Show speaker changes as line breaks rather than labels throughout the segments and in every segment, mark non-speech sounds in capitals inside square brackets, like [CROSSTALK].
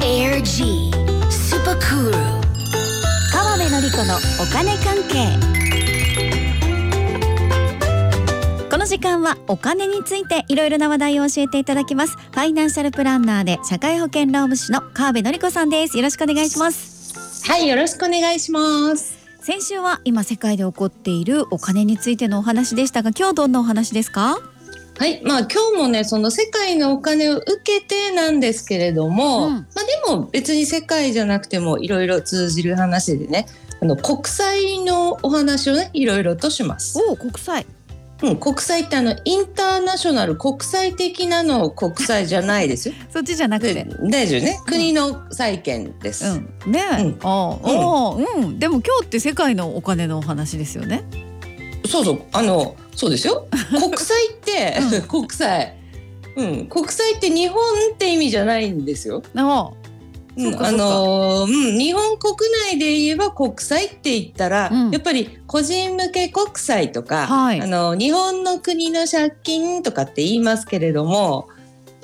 G スーパークール
川辺典子のお金関係この時間はお金についていろいろな話題を教えていただきますファイナンシャルプランナーで社会保険労務士の川辺典子さんですよろしくお願いします
はい、よろしくお願いします。
先週は今世界で起こっているお金についてのお話でしたが今日どんなお話ですか
はい、まあ今日もね、その世界のお金を受けてなんですけれども、
うん
まあでも別に世界じゃなくてもいろいろ通じる話でね、あの国債のお話をね、いろいろとします。
おお国際
うん、国債ってあのインターナショナル国際的なの国債じゃな
[LAUGHS]
いですよ。
そっちじゃなく
で
て
大丈夫ね。国の債券です。
うんねえ、
うん
ああ、うん、うん、でも今日って世界のお金のお話ですよね
そうそう、あの、そうです
[LAUGHS]
よ。国債って、 [LAUGHS] 国債。うん、国債って日本って意味じゃないんですよ。
あ
う
そうんか
あ
そうか
のーうん、日本国内で言えば国債って言ったら、
うん
やっぱり個人向け国債とか、
はい
あの日本の国の借金とかって言いますけれども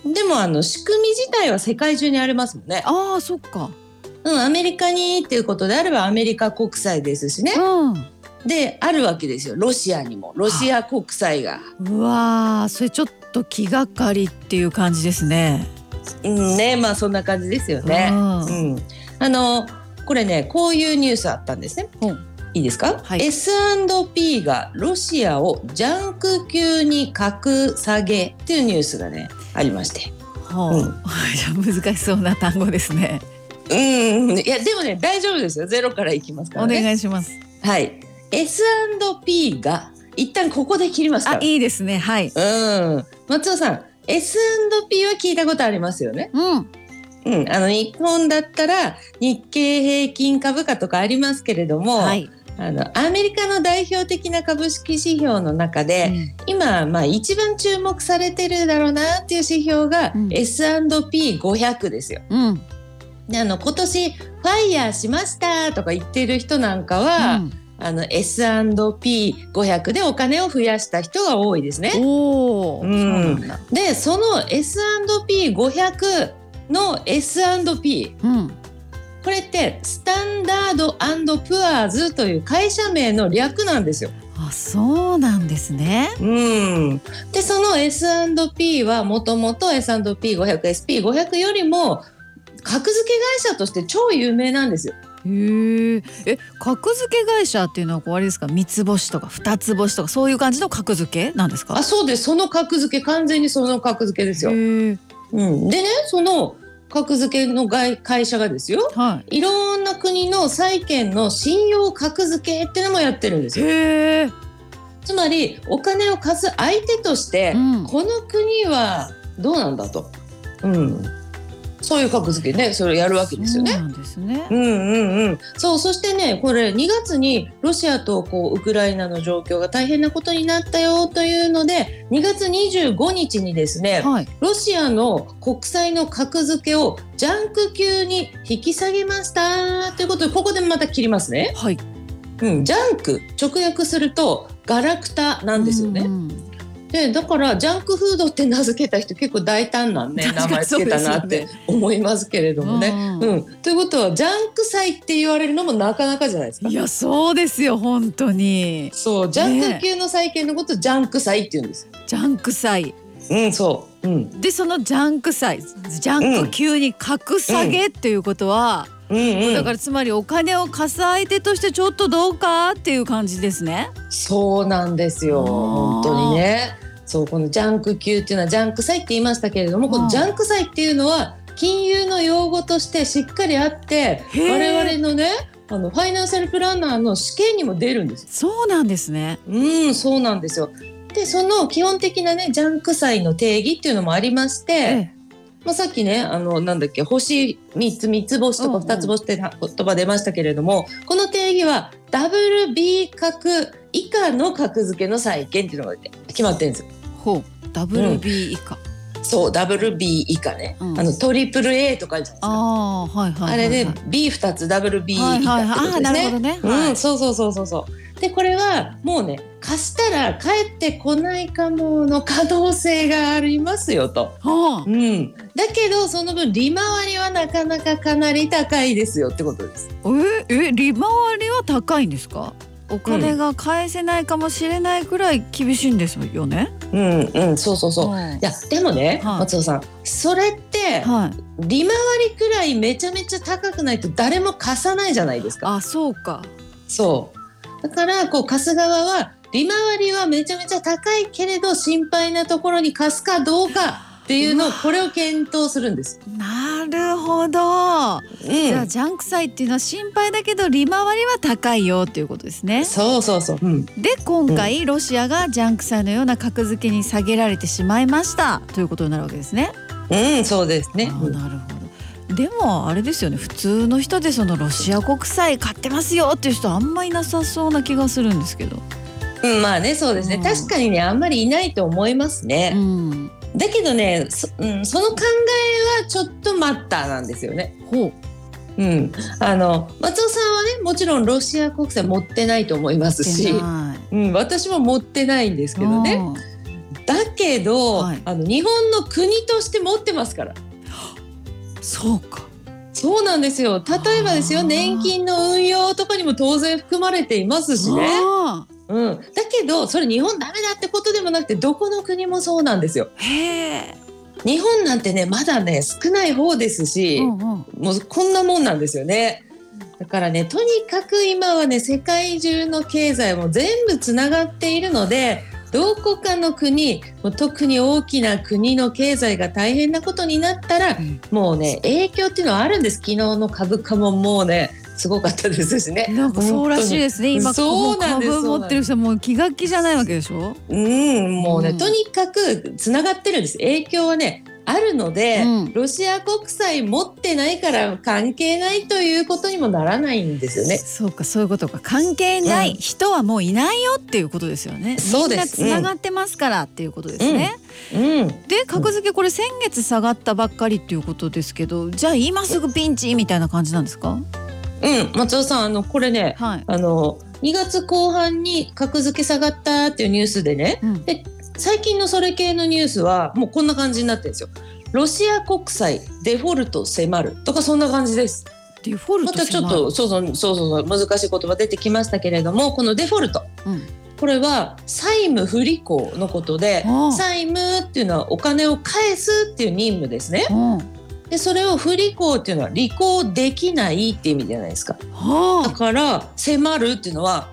でもあの仕組み自体は世界中にありますもんね。
ああそっか
うん、アメリカにっていうことであればアメリカ国債ですしね。
うん
であるわけですよロシアにもロシア国債が。
うわーそれちょっと気がかりっていう感じですね。
うん、ねまあそんな感じですよね。
うん
うん、あのこれねこういうニュースあったんですね。
うん
いいですか、
はい
S&P がロシアをジャンク級に格下げっていうニュースがねありまして
は
う
あ、 [LAUGHS] じゃあ難しそうな単語ですね。
うんいやでもね大丈夫ですよゼロからいきますから
お
ね
願いします。
はい S&P が一旦ここで切りますか
あ
ら、
いいですね。はい。
うん松尾さん S&P は聞いたことありますよね
うん。
うんあの日本だったら日経平均株価とかありますけれども、
はい。
あのアメリカの代表的な株式指標の中で、
うん
今、まあ、一番注目されてるだろうなっていう指標が
うん
S&P500 ですよ。
うん。
であの今年ファイヤーしましたとか言ってる人なんかは、あの S&P500 でお金を増やした人が多いです
うん
ね。
おお。
うん
そうなんだ。
でその S&P500 の S&P
うん。
これってスタンダードプアーズという会社名の略なんですよ。
あそうなんですね。
うん、でその S&P はもともと S&P500SP500 よりも格付け会社として超有名なんですよ。
へえ。え格付け会社っていうのはこうあれですか三つ星とか二つ星とかそういう感じの格付けなんですか。
あそうですその格付け完全にその格付けですよ。
へえ。
うん、でねその格付けの会会社がですよ
はい
ろんな国の債券の信用格付けってのもやってるんです
い。
よ。
へえ。
つまりお金を貸す相手として、
うん
この国はどうなんだと。うんそういう格付けね、それをやるわけですよね
そ。うなんですね
う。んうんうん、そうそしてねこれ2月にロシアとこうウクライナの状況が大変なことになったよというので2月25日にですね
はい。
ロシアの国債の格付けをジャンク級に引き下げましたということでここでまた切りますね。
はい。
うん、ジャンク直訳するとガラクタなんですよ
う
ね。
ん
でだからジャンクフードって名付けた人結構大胆なね
確か
名
に
前つけたな
そ
っ
うで
て思いますけれどもね。
うん
うん、ということはジャンク債って言われるのもなかなかじゃないですか
い。やそうですよ本当に
そうジャンク級の債券のことをジャンク債って言うんです。
ジャンク債
うんそう。うん
でそのジャンク債ジャンク級に格下げっていうことは、
うんうん。
だからつまりお金を貸す相手としてちょっとどうかっていう感じですね。
そうなんですよ
あー
本当にね。そうこのジャンク級っていうのはジャンク債って言いましたけれどもこ
うん
のジャンク債っていうのは金融の用語としてしっかりあって
へー
我々のねあのファイナンシャルプランナーの試験にも出るんです。
そうなんですね。
うん、そうなんですよ。で、その基本的なね、ジャンク債の定義っていうのもありまして、まあ、さっきね、あの、なんだっけ、星3つ、3つ星と
うんう
か
ん
2つ星ってな言葉出ましたけれども、この定義は、ダブル B 格以下の格付けの債券っていうのが決まってるんですよ。
ほう WB 以下。
そう、ダブル B 以下ね。
うん
あの、トリプル A とかあるじゃないですか。
ああーはいはい
あ
はい
れ
はい。
で B2 つ、ダブル B 以下
はい
って
はいはい。
こ
あ
と
あ
で
な
す
る
ね
ほ。どね。は
う
い
ん、そうそうそうそうそう。でこれはもうね貸したら帰ってこないかもの可能性がありますよと。
は
うん、だだけどその分利回りはなかなかかなり高いですよってことです。
ええ利回りは高いんですかお金が返せないかもしれないくらい厳しいんですよね、
うんうんそうそうそう。
は
い
い
やでもね、
はい
松尾さんそれって
はい
利回りくらいめちゃめちゃ高くないと誰も貸さないじゃないですか。
あそうか
そうだからこう貸す側は利回りはめちゃめちゃ高いけれど心配なところに貸すかどうかっていうのをこれを検討するんです。
なるほど、じゃあ
う
ジャンク債っていうのは心配だけど利回りは高いよっていうことですね
ん、そうそうそう。うん
で今回ロシアがジャンク債のような格付けに下げられてしまいましたということになるわけですね。
うん、そうですね。
あ
う
ー
ん
なるほどでもあれですよね普通の人でそのロシア国債買ってますよっていう人あんまいなさそうな気がするんですけど。
うん、まあね、そうですね。
うん
確かにね、あんまりいないと思います
う
ね。
ん、
だけどね、そ,、うん、その考えはちょっと待ったなんですよね。
ほう
うん、あの松尾さんはね、もちろんロシア国債持ってないと思いますし、
してない
うん、私も持ってないんですけどね。
うん
だけど、
はい
あの日本の国として持ってますから。
そうか。
そうなんですよ。例えばです
あ
よ、
ー
年金の運用とかにも当然含まれていますしね。
あ
うん、だけどそれ日本ダメだってことでもなくてどこの国もそうなんですよ。
ーへ
日本なんてねまだね少ない方です
え。
し、
うんうん
もうこんなもんなんですよね。だからねとにかく今はね世界中の経済も全部つながっているのでどこかの国もう特に大きな国の経済が大変なことになったら、
ん
もうね影響っていうのはあるんです昨日の株価ももうねすごかったですしね。
なんかそうらしいですね。今
そうなんです
ここ株持ってる人もう気が気じゃないわけでしょ。
うん、もうね、
うん
とにかくつながってるんです。影響はね、あるので、
うん
ロシア国債持ってないから関係ないということにもならないんですよね。
そうかそういうことか関係な
う
い、
ん
人はもういないよっていうことですよね。
そうです
みんなつながってますからっていうことですね。
うん、
で格付けこれ先月下がったばっかりっていうことですけど、じゃあ今すぐピンチみたいな感じなんですか？
うん、松尾さん、あの、これね、
はい。
あの、2月後半に格付け下がったっていうニュースでね、
うん
最近のそれ系のニュースはもうこんな感じになってるんですよ。ロシア国債デフォルト迫るとかそんな感じです。
デフォル
ま
ト
た
し
ちょ
ま
っ
い
とそうそうそうそう難しい言葉出てきましたけれどもこのデフォルト、
うん
これは債務不履行のことで
ああ
債務っていうのはお金を返すっていう任務ですね
うん
でそれを不履行っていうのは履行できないって意味じゃないですかだ
は
から迫るっていうのは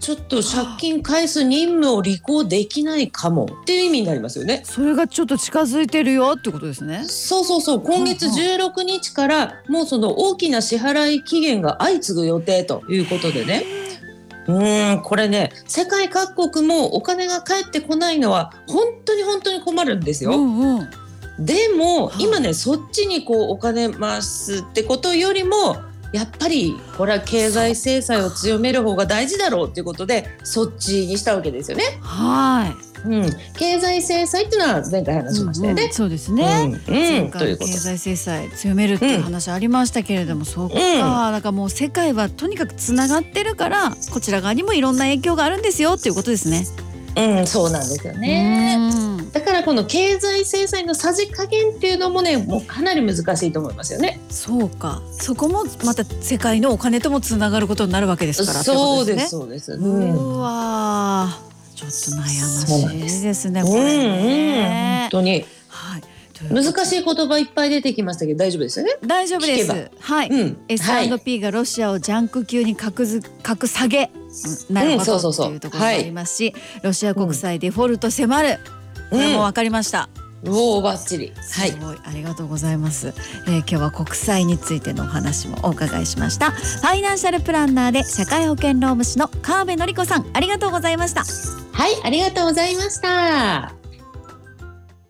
ちょっと借金返す任務を履行できないかもっていう意味になりますよね
あ。それがちょっと近づいてるよってことですね。
そうそうそう今月16日からもうその大きな支払い期限が相次ぐ予定ということでねうーんこれね世界各国もお金が返ってこないのは本当に本当に困るんです
う
よ、
んうん。
でも
はい
今ねそっちにこうお金回すってことよりもやっぱりこれは経済制裁を強める方が大事だろうっていうことでそっちにしたわけですよね、
は
うん、経済制裁っていうのは前回
い。
話しましたよ
うんう
ね
ん、そうですね。
うんうんとい
前回
うこ
経
と
済制裁強めるっていう話ありましたけれども、そっか、
うん
だからもう世界はとにかくつながってるからこちら側にもいろんな影響があるんですよっていうことですね。
うん、そうなんですよね。
うん
だからこの経済制裁のさじ加減っていうのもね、もうかなり難しいと思いますよね。
そうかそこもまた世界のお金ともつながることになるわけですからってことね。
そうです。うん、
うわーちょっと悩
そうな
ま
んで
しいですね
うん、
これ
本
ね。
当に
はい、ということ
難
で
しい言葉いっぱい出てきましたけど、大丈夫ですよね。
大丈夫で
聞け
す。はい、
うん、はい。
S&P がロシアをジャンク級に格ず格下げうんなるほ
そ
ど
うそうそう
というところがありますし、ロシア国債デフォルト迫る、これも
う
分かりました、
ん、おお、ばっちり。は
す
い。
ごいありがとうございます、えー今日は国債についてのお話もお伺いしましたファイナンシャルプランナーで社会保険労務士の川辺典子さんありがとうございました
はい、ありがとうございました。